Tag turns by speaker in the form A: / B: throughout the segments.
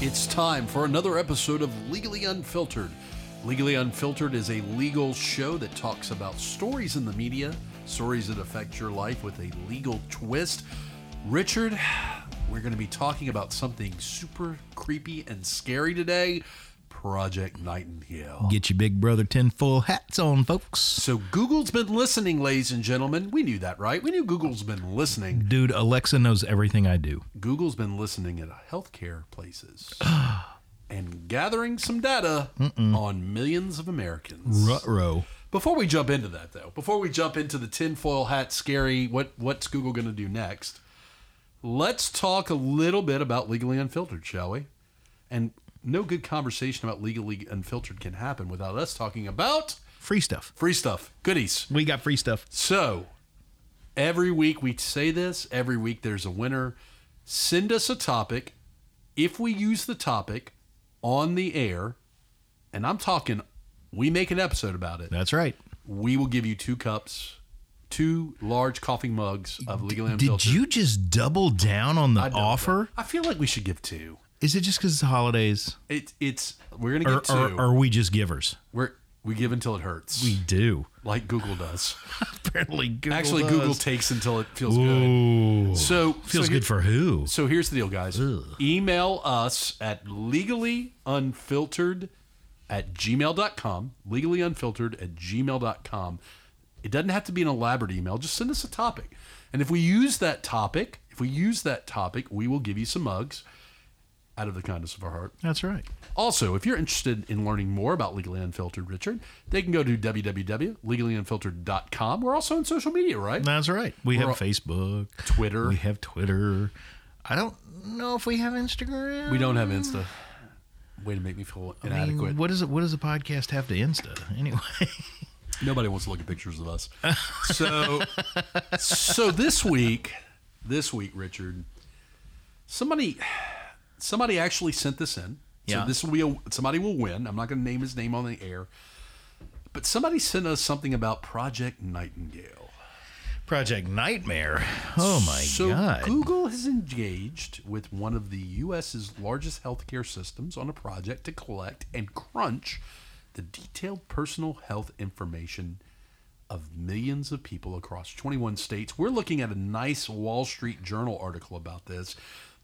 A: It's time for another episode of Legally Unfiltered. Legally Unfiltered is a legal show that talks about stories in the media, stories that affect your life with a legal twist. Richard, we're going to be talking about something super creepy and scary today Project Nightingale.
B: Get your big brother tinfoil hats on, folks.
A: So, Google's been listening, ladies and gentlemen. We knew that, right? We knew Google's been listening.
B: Dude, Alexa knows everything I do.
A: Google's been listening at healthcare places and gathering some data on millions of Americans.
B: Rutrow.
A: Before we jump into that, though, before we jump into the tinfoil hat scary, what what's Google going to do next? Let's talk a little bit about legally unfiltered, shall we? And no good conversation about legally unfiltered can happen without us talking about
B: Free stuff.
A: free stuff, goodies.
B: We got free stuff.
A: So, every week we say this, every week there's a winner. Send us a topic. If we use the topic on the air, and I'm talking, we make an episode about it,
B: That's right.
A: we will give you two cups, two large coffee mugs of Legally Unfiltered.
B: Did you just double down on the
A: I know,
B: offer?
A: but I feel like we should give two.
B: Is it just because it's the holidays?
A: It, it's we're gonna
B: Or,
A: give
B: or,
A: two.
B: or are we just givers?
A: we're we give until it hurts,
B: er, We do.
A: like Google does.
B: Apparently, Google.
A: Actually,
B: does.
A: Google takes until it feels good.
B: Ooh.
A: So
B: Feels
A: so here-
B: good for who?
A: So here's the deal, guys. Email us at legallyunfiltered at gmail.com. Legallyunfiltered at gmail.com. It doesn't have to be an elaborate email. Just send us a topic. And if we use that topic, if we use that topic, we will give you some mugs out of the kindness of our heart.
B: That's right.
A: Also, if you're interested in learning more about Legally Unfiltered, Richard, they can go to www.legallyunfiltered.com. We're also on social media, right?
B: That's right. We
A: We're
B: have
A: all-
B: Facebook.
A: Twitter.
B: We have Twitter. I don't know if we have Instagram.
A: We don't have Insta. Way to make me feel
B: I mean,
A: inadequate.
B: What does it? What does a podcast have to Insta anyway?
A: Nobody wants to look at pictures of us. So, so this week, this week, Richard, somebody, somebody actually sent this in.
B: Yeah.
A: So this will be a, somebody will win. I'm not going to name his name on the air, but somebody sent us something about Project Nightingale.
B: Project Nightmare. Oh my
A: so
B: god.
A: Google has engaged with one of the U.S.'s largest healthcare systems on a project to collect and crunch the detailed personal health information of millions of people across 21 states. We're looking at a nice Wall Street Journal article about this.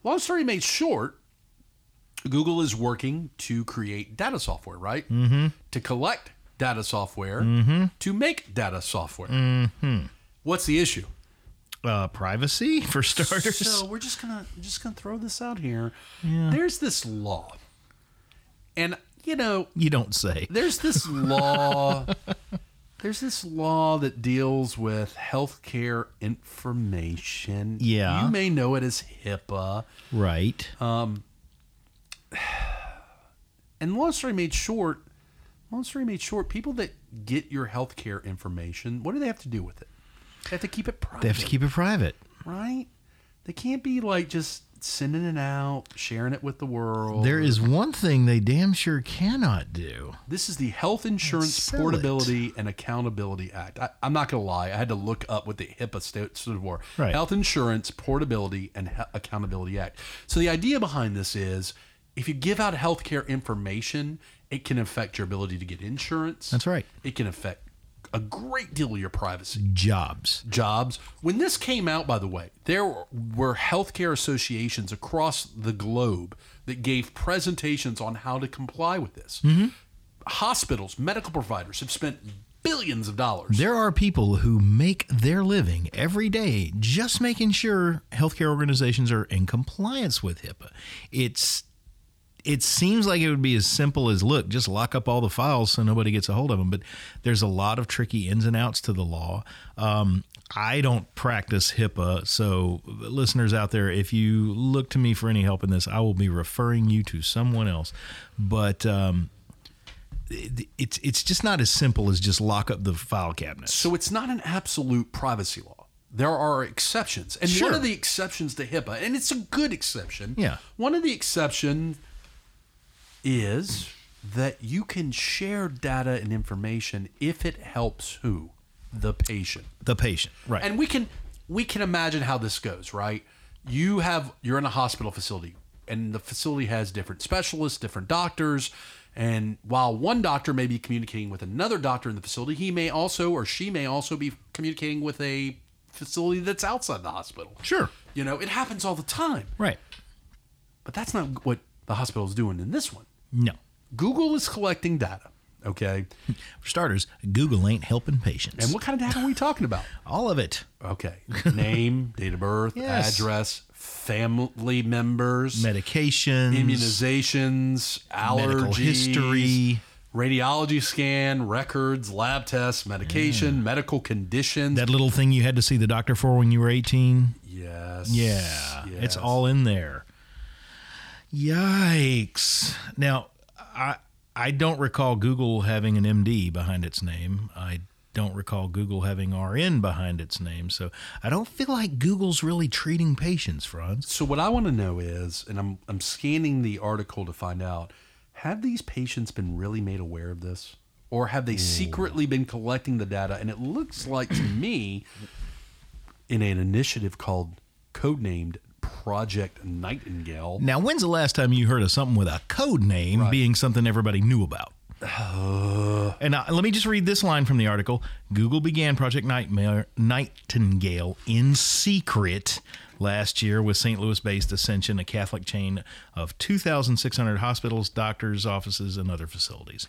A: Long story made short, Google is working to create data software, right? Mm-hmm. To collect data software,
B: Mm-hmm.
A: to make data software. Mm-hmm. What's the issue?
B: Uh, privacy for starters.
A: So we're just gonna we're just gonna throw this out here. There's this law, and you know,
B: you don't say.
A: there's this law. there's this law that deals with healthcare information.
B: Yeah.
A: you may know it as HIPAA.
B: Right.
A: Uh, And long story made short, long story made short, people that get your healthcare information, what do they have to do with it? They have to keep it private,
B: they have to keep it private.
A: right? They can't be like just sending it out, sharing it with the world.
B: There is one thing they damn sure cannot do.
A: This is the Health Insurance
B: sell
A: Portability and Accountability Act. I, I'm not going to lie. I had to look up what the HIPAA st- stood for.
B: Right.
A: Health Insurance Portability and He- Accountability Act. So the idea behind this is if you give out healthcare information, it can affect your ability to get insurance.
B: That's right.
A: It can affect a great deal of your privacy
B: Jobs.
A: jobs. When this came out, by the way, there were healthcare associations across the globe that gave presentations on how to comply with this.
B: Mm-hmm.
A: Hospitals, medical providers have spent billions of dollars.
B: There are people who make their living every day just making sure healthcare organizations are in compliance with HIPAA. It's it seems like it would be as simple as look, just lock up all the files so nobody gets a hold of them. But there's a lot of tricky ins and outs to the law. Um, I don't practice HIPAA, so listeners out there, if you look to me for any help in this, I will be referring you to someone else. But um, it- it's it's just not as simple as just lock up the file cabinet.
A: So it's not an absolute privacy law. There are exceptions. And
B: Sure.
A: one of the exceptions to HIPAA, and it's a good exception.
B: Yeah.
A: One of the exceptions is that you can share data and information if it helps who? The patient.
B: The patient, right?
A: and we can we can imagine how this goes right you have you're in a hospital facility and the facility has different specialists, different doctors. And while one doctor may be communicating with another doctor in the facility, he may also or she may also be communicating with a facility that's outside the hospital.
B: Sure.
A: You know, it happens all the time.
B: Right.
A: But that's not what the hospital is doing in this one.
B: No.
A: Google is collecting data, okay?
B: For starters, Google ain't helping patients.
A: And what kind of data are we talking about?
B: All of it.
A: Okay. Name, date of birth,
B: Yes.
A: address, family members,
B: Medications.
A: immunizations,
B: Medical
A: allergies,
B: history.
A: radiology scan, records, lab tests, medication, medical conditions.
B: That little thing you had to see the doctor for when you were 18.
A: yes.
B: Yeah.
A: yes.
B: It's all in there. Yikes. Now, I I don't recall Google having an MD behind its name. I don't recall Google having RN behind its name. So I don't feel like Google's really treating patients, Franz.
A: So what I want to know is, and I'm I'm scanning the article to find out, have these patients been really made aware of this? Or have they secretly been collecting the data? And it looks like to me in an initiative called codenamed Project Nightingale.
B: Now, when's the last time you heard of something with a code name being something everybody knew about? And uh, let me just read this line from the article. Google began Project Nightmare, Nightingale in secret last year with St. Louis based Ascension, a Catholic chain of 2,600 hospitals, doctors' offices, and other facilities.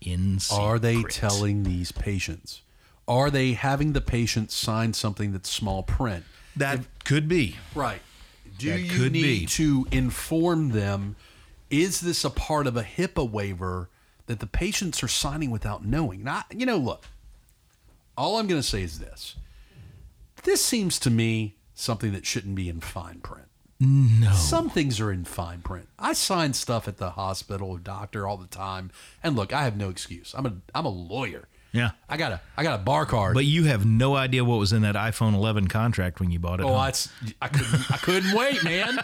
B: In secret.
A: Are they telling these patients? Are they having the patient sign something that's small print?
B: That could be.
A: Right. Do
B: That
A: you
B: could
A: need
B: be.
A: to inform them? Is this a part of a HIPAA waiver that the patients are signing without knowing? Not, you know, look, all I'm going to say is this. This seems to me something that shouldn't be in fine print. No. Some things are in fine print. I sign stuff at the hospital, doctor all the time. And look, I have no excuse. I'm a I'm a lawyer.
B: Yeah.
A: I got a I got a bar card.
B: But you have no idea what was in that iPhone 11 contract when you bought it.
A: oh,
B: huh?
A: I, I couldn't I couldn't wait, man.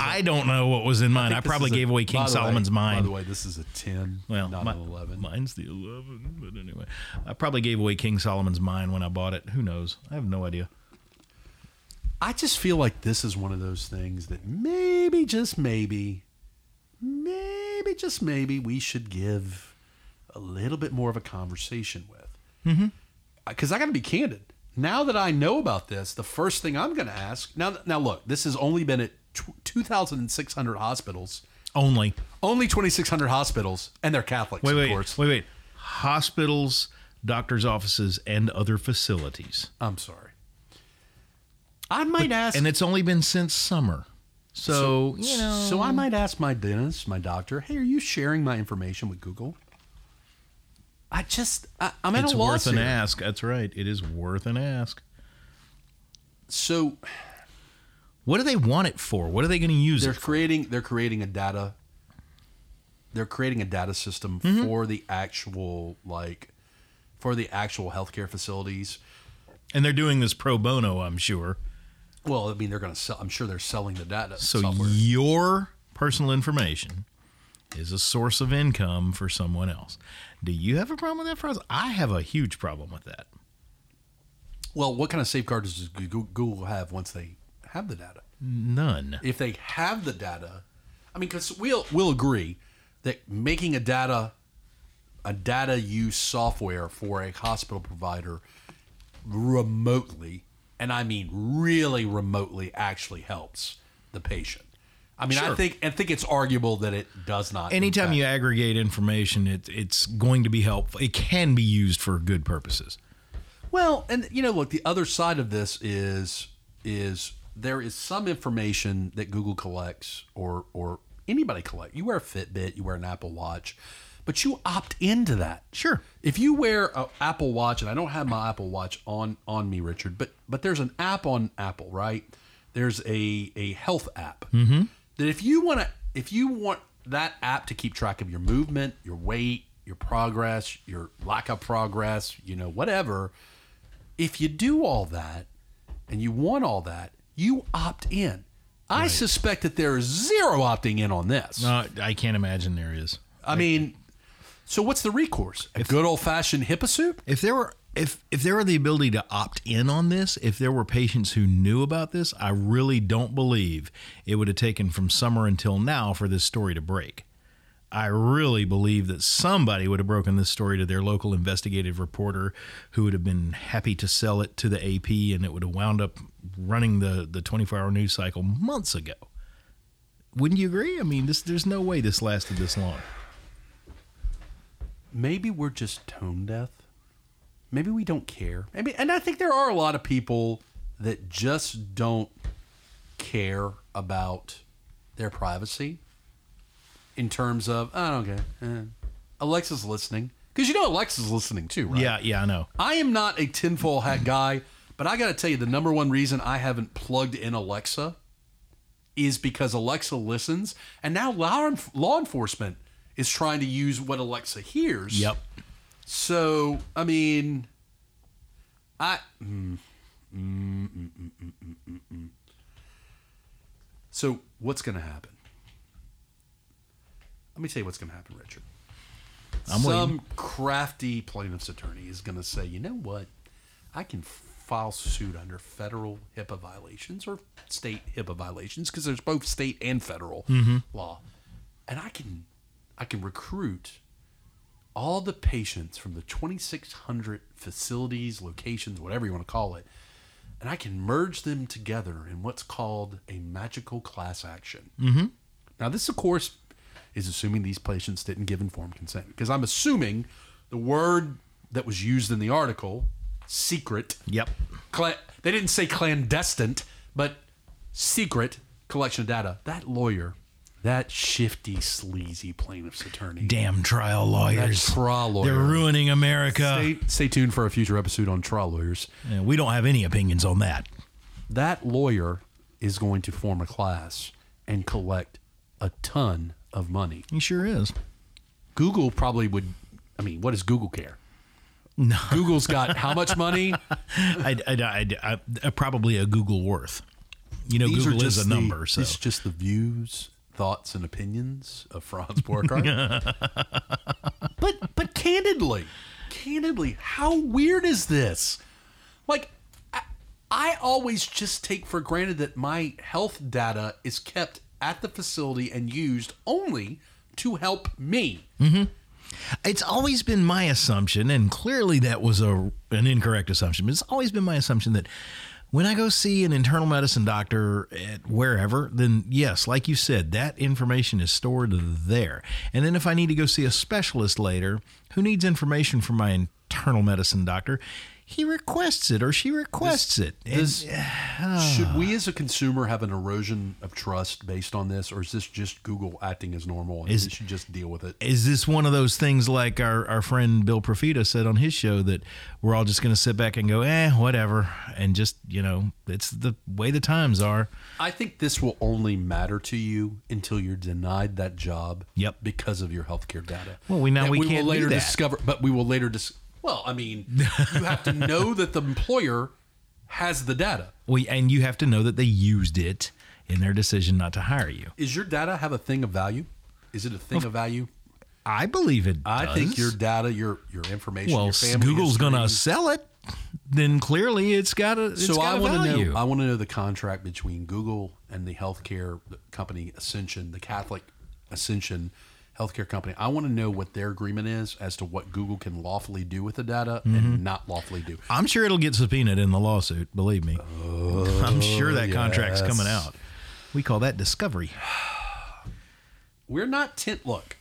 B: I don't know what was in mine. I,
A: This
B: probably
A: is a-
B: gave away King
A: by the way-
B: Solomon's mine.
A: By the way, this is a 10,
B: Well,
A: not
B: my-
A: an 11.
B: Mine's the 11, but anyway. I probably gave away King Solomon's mine when I bought it. Who knows? I have no idea.
A: I just feel like this is one of those things that maybe, just maybe, maybe, just maybe, we should give a little bit more of a conversation with.
B: Mm-hmm.
A: Because I got to be candid. Now that I know about this, the first thing I'm going to ask now, now look, this has only been at tw- 2,600 hospitals,
B: Only.
A: only 2,600 hospitals, and they're Catholics,
B: Wait,
A: of
B: wait,
A: course.
B: wait, wait. Hospitals, doctors' offices, and other facilities.
A: I'm sorry. I might ask.
B: And it's only been since summer. So, you know.
A: So I might ask my dentist, my doctor, hey, are you sharing my information with Google? I just, I, I'm at
B: it's
A: a loss
B: worth an
A: here.
B: ask. That's right. It is worth an ask.
A: So
B: What do they want it for? What are they going to use
A: they're
B: it?
A: creating, they're creating a data, they're creating a data system
B: Mm-hmm.
A: for the actual like, for the actual healthcare facilities.
B: And they're doing this pro bono, I'm sure.
A: Well, I mean, they're going to sell. I'm sure they're selling the data
B: So
A: software.
B: your personal information is a source of income for someone else. Do you have a problem with that, Franz? I have a huge problem with that.
A: Well, what kind of safeguards does Goo- Google have once they have the data?
B: None.
A: if they have the data, I mean, because we'll we'll agree that making a data a data use software for a hospital provider remotely, and I mean really remotely, actually helps the patient. I mean, I
B: Sure.
A: think I think it's arguable that it does not.
B: Anytime
A: impact-
B: you aggregate information, it, it's going to be helpful. It can be used for good purposes.
A: Well, and you know, look, the other side of this is is there is some information that Google collects or or anybody collect. You wear a Fitbit, you wear an Apple Watch, but you opt into that.
B: Sure.
A: If you wear an Apple Watch, and I don't have my Apple Watch on on me, Richard, but but there's an app on Apple, right? There's a a health app that if you want to if you want that app to keep track of your movement, your weight, your progress, your lack of progress, you know, whatever. If you do all that and you want all that, you opt in. I suspect that there is zero opting in on this.
B: Uh, I can't imagine there is.
A: I mean, so what's the recourse? A good old fashioned HIPAA suit?
B: If there were if if there were the ability to opt in on this, if there were patients who knew about this, I really don't believe it would have taken from summer until now for this story to break. I really believe that somebody would have broken this story to their local investigative reporter who would have been happy to sell it to the AP and it would have wound up running the the 24-hour news cycle months ago. Wouldn't you agree? I mean, this there's no way this lasted this long.
A: Maybe we're just tone deaf. Maybe we don't care. Maybe, and I think there are a lot of people that just don't care about their privacy in terms of, I don't care. Eh. Alexa's listening. Because you know Alexa's listening too, right?
B: Yeah, yeah, I know.
A: I am not a tinfoil hat guy, but I got to tell you, the number one reason I haven't plugged in Alexa is because Alexa listens, and now law, law enforcement is trying to use what Alexa hears.
B: Yep.
A: So, I mean, I. Mm, mm, mm, mm, mm, mm, mm, mm. So, what's going to happen? Let me tell you what's going to happen, Richard.
B: I'm
A: Some
B: waiting.
A: crafty plaintiff's attorney is going to say, you know what? I can file suit under federal HIPAA violations or state HIPAA violations because there's both state and federal
B: Mm-hmm.
A: law, and I can, I can recruit all the patients from the 2,600 facilities, locations, whatever you want to call it, and I can merge them together in what's called a magical class action. Mm-hmm. Now, this, of course, is assuming these patients didn't give informed consent because I'm assuming the word that was used in the article, secret,
B: Yep.
A: cla- they didn't say clandestine, but secret collection of data. That lawyer, that shifty, sleazy plaintiff's attorney.
B: Damn trial lawyers.
A: trial
B: They're
A: lawyer.
B: ruining America.
A: Stay, stay tuned for a future episode on trial lawyers.
B: Yeah, we don't have any opinions on that.
A: That lawyer is going to form a class and collect a ton of money.
B: He sure is.
A: Google probably would. I mean, what does Google care?
B: No.
A: Google's got how much money?
B: I, I, I, I- uh, probably a Google worth. You know,
A: These are
B: Google is
A: just
B: a
A: the-
B: number. So
A: It's just the views, thoughts, and opinions of Franz Borkhardt. but but candidly, candidly, how weird is this? Like, I, I always just take for granted that my health data is kept at the facility and used only to help me.
B: it's always been my assumption, and clearly that was a an incorrect assumption. But it's always been my assumption that when I go see an internal medicine doctor at wherever, then yes, like you said, that information is stored there. And then if I need to go see a specialist later, who needs information from my internal medicine doctor? He requests it or she requests it. And-
A: This, should we as a consumer have an erosion of trust based on this, or is this just Google acting as normal and
B: Is-
A: we should just deal with it?
B: is this one of those things like our, our friend Bill Profita said on his show that we're all just going to sit back and go, eh, whatever, and just you know, it's the way the times are.
A: I think this will only matter to you until you're denied that job.
B: Yep.
A: Because of your healthcare data.
B: Well, we- now
A: That
B: we can't do
A: will later
B: that.
A: discover, but we will later dis. Well, I mean, you have to know that the employer has the data.
B: We and you have to know that they used it in their decision not to hire you.
A: Is your data have a thing of value? Is it a thing of value?
B: I believe it.
A: I think
B: does.
A: your data, your your information,
B: well,
A: your
B: s-
A: family
B: Google's going to
A: history-
B: sell it. Then clearly, it's got a. It's
A: so I
B: got a
A: want to
B: value.
A: know. uh, I want to know the contract between Google and the healthcare company Ascension, the Catholic Ascension healthcare company. I want to know what their agreement is as to what Google can lawfully do with the data and not lawfully do.
B: I'm sure it'll get subpoenaed in the lawsuit. Believe me, I'm sure that contract's
A: Oh, yes.
B: coming out. We call that discovery.
A: We're not tin. Look,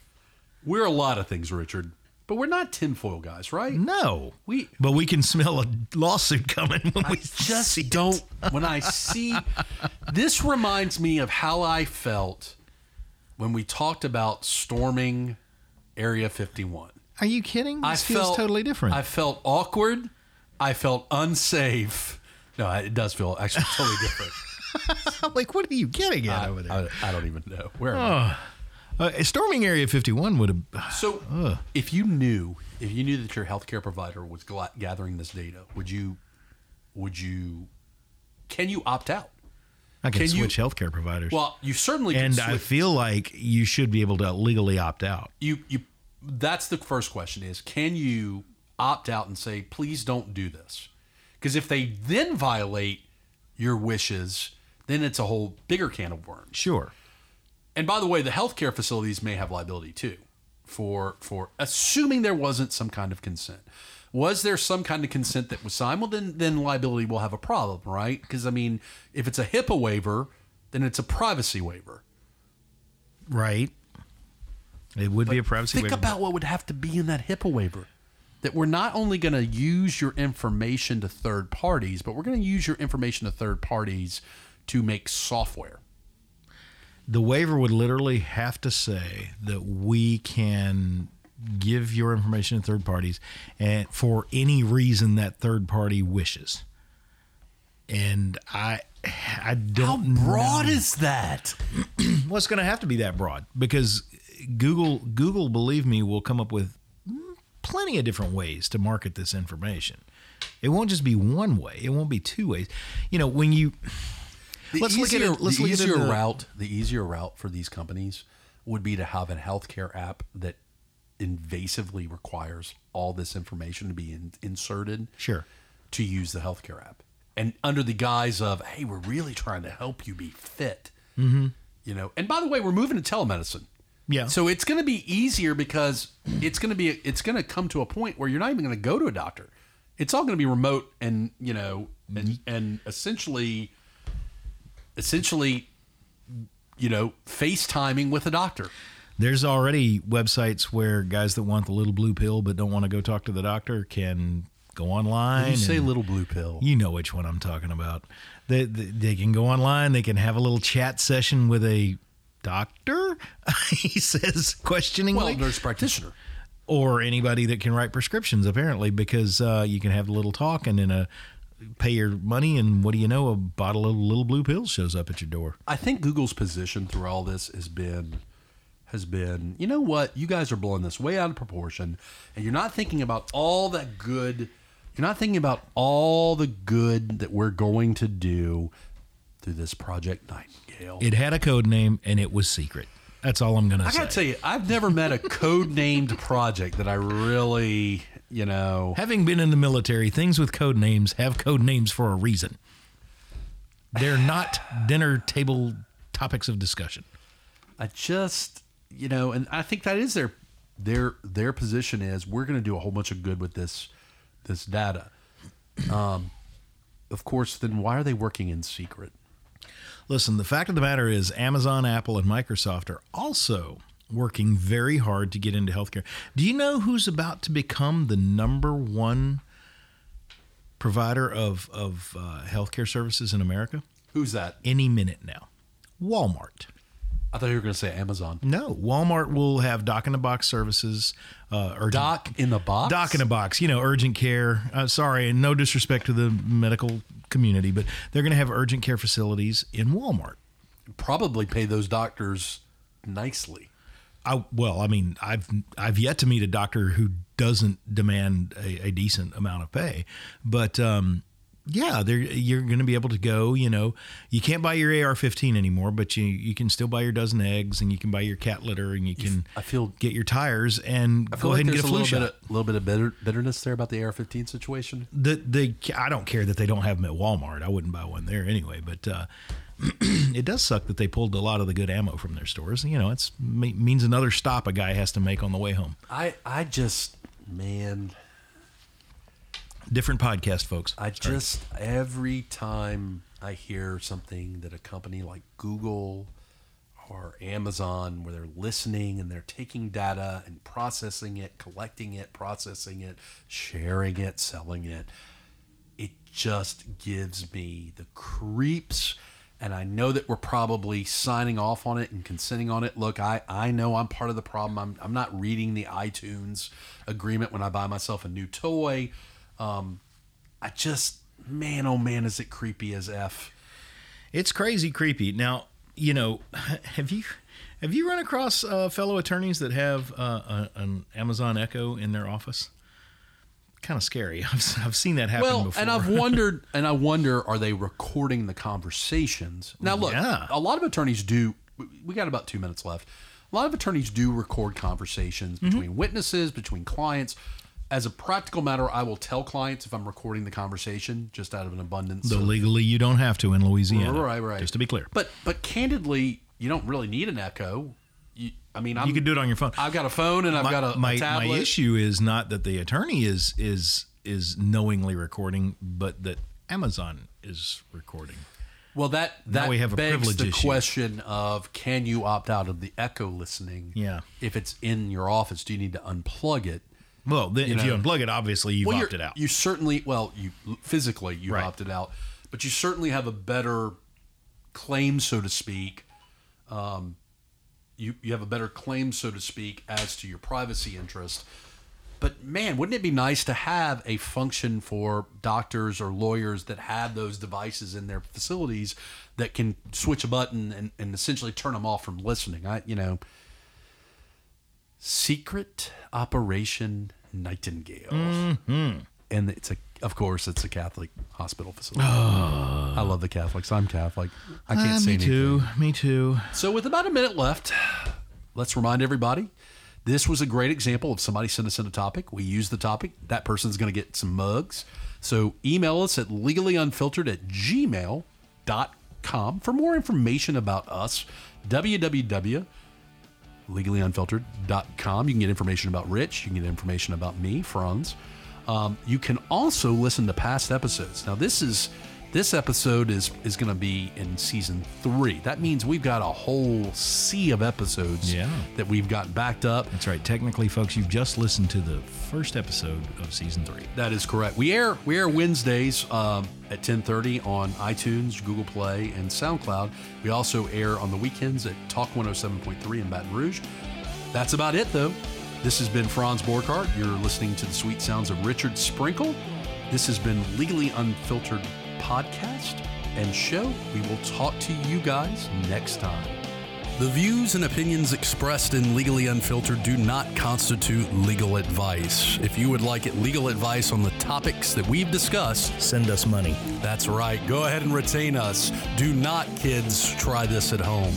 A: we're a lot of things, Richard, but we're not tinfoil guys, right?
B: No,
A: We-
B: But we can smell a lawsuit coming when we
A: just
B: see it.
A: don't. When I see this, reminds me of how I felt when we talked about storming Area 51.
B: Are you kidding? This feels totally different.
A: I felt awkward. I felt unsafe. No, I- it does feel actually totally different.
B: I'm like, what are you getting at
A: I,
B: over there?
A: I- I don't even know where. am
B: uh, storming Area 51 would have.
A: I? So, if you knew, if you knew that your healthcare provider was gla- gathering this data, would you, would you, can you opt out?
B: I can,
A: Can you-
B: switch healthcare providers.
A: Well, you certainly can.
B: and
A: switch-
B: I feel like you should be able to legally opt out.
A: you you that's the first question is can you opt out and say, please don't do this. Because if they then violate your wishes, then it's a whole bigger can of worms.
B: Sure.
A: And by the way, the healthcare facilities may have liability too for for assuming there wasn't some kind of consent. Was there some kind of consent that was signed? Well, then then liability will have a problem, right? Because I mean, if it's a HIPAA waiver, then it's a privacy waiver.
B: Right. It would be a privacy
A: Think
B: waiver.
A: about what would have to be in that HIPAA waiver. That we're not only going to use your information to third parties, but we're going to use your information to third parties to make software.
B: the waiver would literally have to say that we can give your information to third parties and for any reason that third party wishes. And I I don't know.
A: is that?
B: Well, it's going to have to be that broad because Google Google believe me will come up with plenty of different ways to market this information. It won't just be one way. It won't be two ways. You know, when you
A: The
B: Let's look at
A: easier,
B: it- let's
A: the
B: look at it
A: easier
B: in the-
A: route. The easier route for these companies would be to have a healthcare app that invasively requires all this information to be in, inserted.
B: Sure.
A: To use the healthcare app, and under the guise of, "Hey, we're really trying to help you be fit," mm-hmm. you know. And by the way, we're moving to telemedicine.
B: Yeah.
A: So it's going to be easier because it's going to be it's going to come to a point where you're not even going to go to a doctor. It's all going to be remote and you know and
B: Mm-hmm.
A: and essentially essentially you know FaceTiming with a doctor.
B: There's already websites where guys that want the little blue pill but don't want to go talk to the doctor can go online.
A: You say
B: and-
A: little blue pill.
B: you know which one I'm talking about. They, they, they can go online, they can have a little chat session with a doctor, he says questioningly,
A: well, nurse practitioner.
B: or anybody that can write prescriptions, apparently, because uh, you can have a little talk and then a pay your money and what do you know a bottle of little blue pills shows up at your door
A: I think Google's position through all this has been has been, you know what, you guys are blowing this way out of proportion and you're not thinking about all that good you're not thinking about all the good that we're going to do through this project Nightingale.
B: it had a code name and it was secret that's all i'm gonna
A: I
B: say
A: gotta tell you, I've never met a code named project that I really, you know,
B: Having been in the military, things with code names have code names for a reason. They're not dinner table topics of discussion.
A: I just, you know, and I think that is their their their position is we're going to do a whole bunch of good with this this data. Um, of course, then why are they working in secret?
B: Listen, the fact of the matter is Amazon, Apple, and Microsoft are also working very hard to get into healthcare. Do you know who's about to become the number one provider of, of uh, healthcare services in America?
A: Who's that?
B: Any minute now. Walmart.
A: I thought you were going to say Amazon.
B: No, Walmart will have doc in the box services. Uh, urgent-
A: Doc in the box.
B: Doc in a box, you know, urgent care. Uh, sorry, and no disrespect to the medical community, but they're going to have urgent care facilities in Walmart.
A: probably pay those doctors nicely.
B: I, well, I mean, I've I've yet to meet a doctor who doesn't demand a, a decent amount of pay, but um, yeah, they're, you're going to be able to go. You know, you can't buy your AR-15 anymore, but you you can still buy your dozen eggs, and you can buy your cat litter, and you can
A: I feel-
B: get your tires, and
A: I feel
B: go
A: like
B: ahead and
A: there's
B: get a flu
A: little
B: shot.
A: bit, of, little bit of bitter, bitterness there about the AR-15 situation.
B: the the I don't care that they don't have them at Walmart. I wouldn't buy one there anyway. But uh, it does suck that they pulled a lot of the good ammo from their stores. You know, it's me- means another stop a guy has to make on the way home.
A: I, I just, man,
B: Different podcast, folks.
A: I just every time I hear something that a company like Google or Amazon, where they're listening and they're taking data and processing it, collecting it, processing it, sharing it, selling it, it just gives me the creeps. And I know that we're probably signing off on it and consenting on it. Look, I, I know I'm part of the problem. I'm, I'm not reading the iTunes agreement when I buy myself a new toy. Um, I just, man, oh man, is it creepy as F.
B: It's crazy creepy. Now, you know, have you have you run across uh, fellow attorneys that have uh, a, an Amazon Echo in their office? Kind of scary. I've, I've seen that happen
A: Well,
B: before.
A: and I've wondered, and I wonder, are they recording the conversations? Now, look,
B: Yeah.
A: a lot of attorneys do. We got about two
B: Mm-hmm.
A: minutes left. A lot of attorneys do record conversations between witnesses, between clients. As a practical matter, I will tell clients if I'm recording the conversation just out of an abundance.
B: Though
A: of-
B: legally, you don't have to in Louisiana.
A: Right, right.
B: Just to be clear,
A: but but candidly, you don't really need an echo. You, I mean, I'm,
B: you could do it on your phone.
A: I've got a phone and I've
B: my,
A: got a,
B: my,
A: a tablet.
B: my issue is not that the attorney is is is knowingly recording, but that Amazon is recording.
A: Well, that that
B: we have a
A: begs
B: privilege
A: the
B: issue.
A: question of can you opt out of the echo listening?
B: Yeah.
A: If it's in your office, do you need to unplug it?
B: Well, then if you
A: know.
B: unplug it, obviously you've
A: Well, you're-
B: opted out.
A: You certainly well, you physically you
B: Right.
A: opted out, but you certainly have a better claim, so to speak. Um, you you have a better claim, so to speak, as to your privacy interest. But man, wouldn't it be nice to have a function for doctors or lawyers that have those devices in their facilities that can switch a button and, and essentially turn them off from listening? I you know. Secret Operation Nightingale.
B: Mm-hmm.
A: And it's a, of course, it's a Catholic hospital facility. I love the Catholics. I'm Catholic. I can't
B: Ah,
A: say
B: me
A: anything.
B: too. Me too.
A: So, with about a minute left, let's remind everybody this was a great example of somebody sent us in a topic. We use the topic. That person's going to get some mugs. So, email us at legallyunfiltered at gmail.com for more information about us. www.legallyunfiltered.com. You can get information about Rich. You can get information about me, Franz. Um, you can also listen to past episodes. Now, this is. This episode is, is going to be in season three. That means we've got a whole sea of episodes
B: Yeah.
A: that we've got backed up.
B: That's right. Technically, folks, you've just listened to the first episode of season three.
A: That is correct. We air we air Wednesdays um, at 10:30 on iTunes, Google Play, and SoundCloud. We also air on the weekends at Talk 107.3 in Baton Rouge. That's about it, though. This has been Franz Borkart. You're listening to the sweet sounds of Richard Sprinkle. This has been Legally Unfiltered podcast and show. We will talk to you guys next time. The views and opinions expressed in Legally Unfiltered do not constitute legal advice. If you would like it legal advice on the topics that we've discussed,
B: Send us money.
A: that's right. Go ahead and retain us. Do not, kids, try this at home.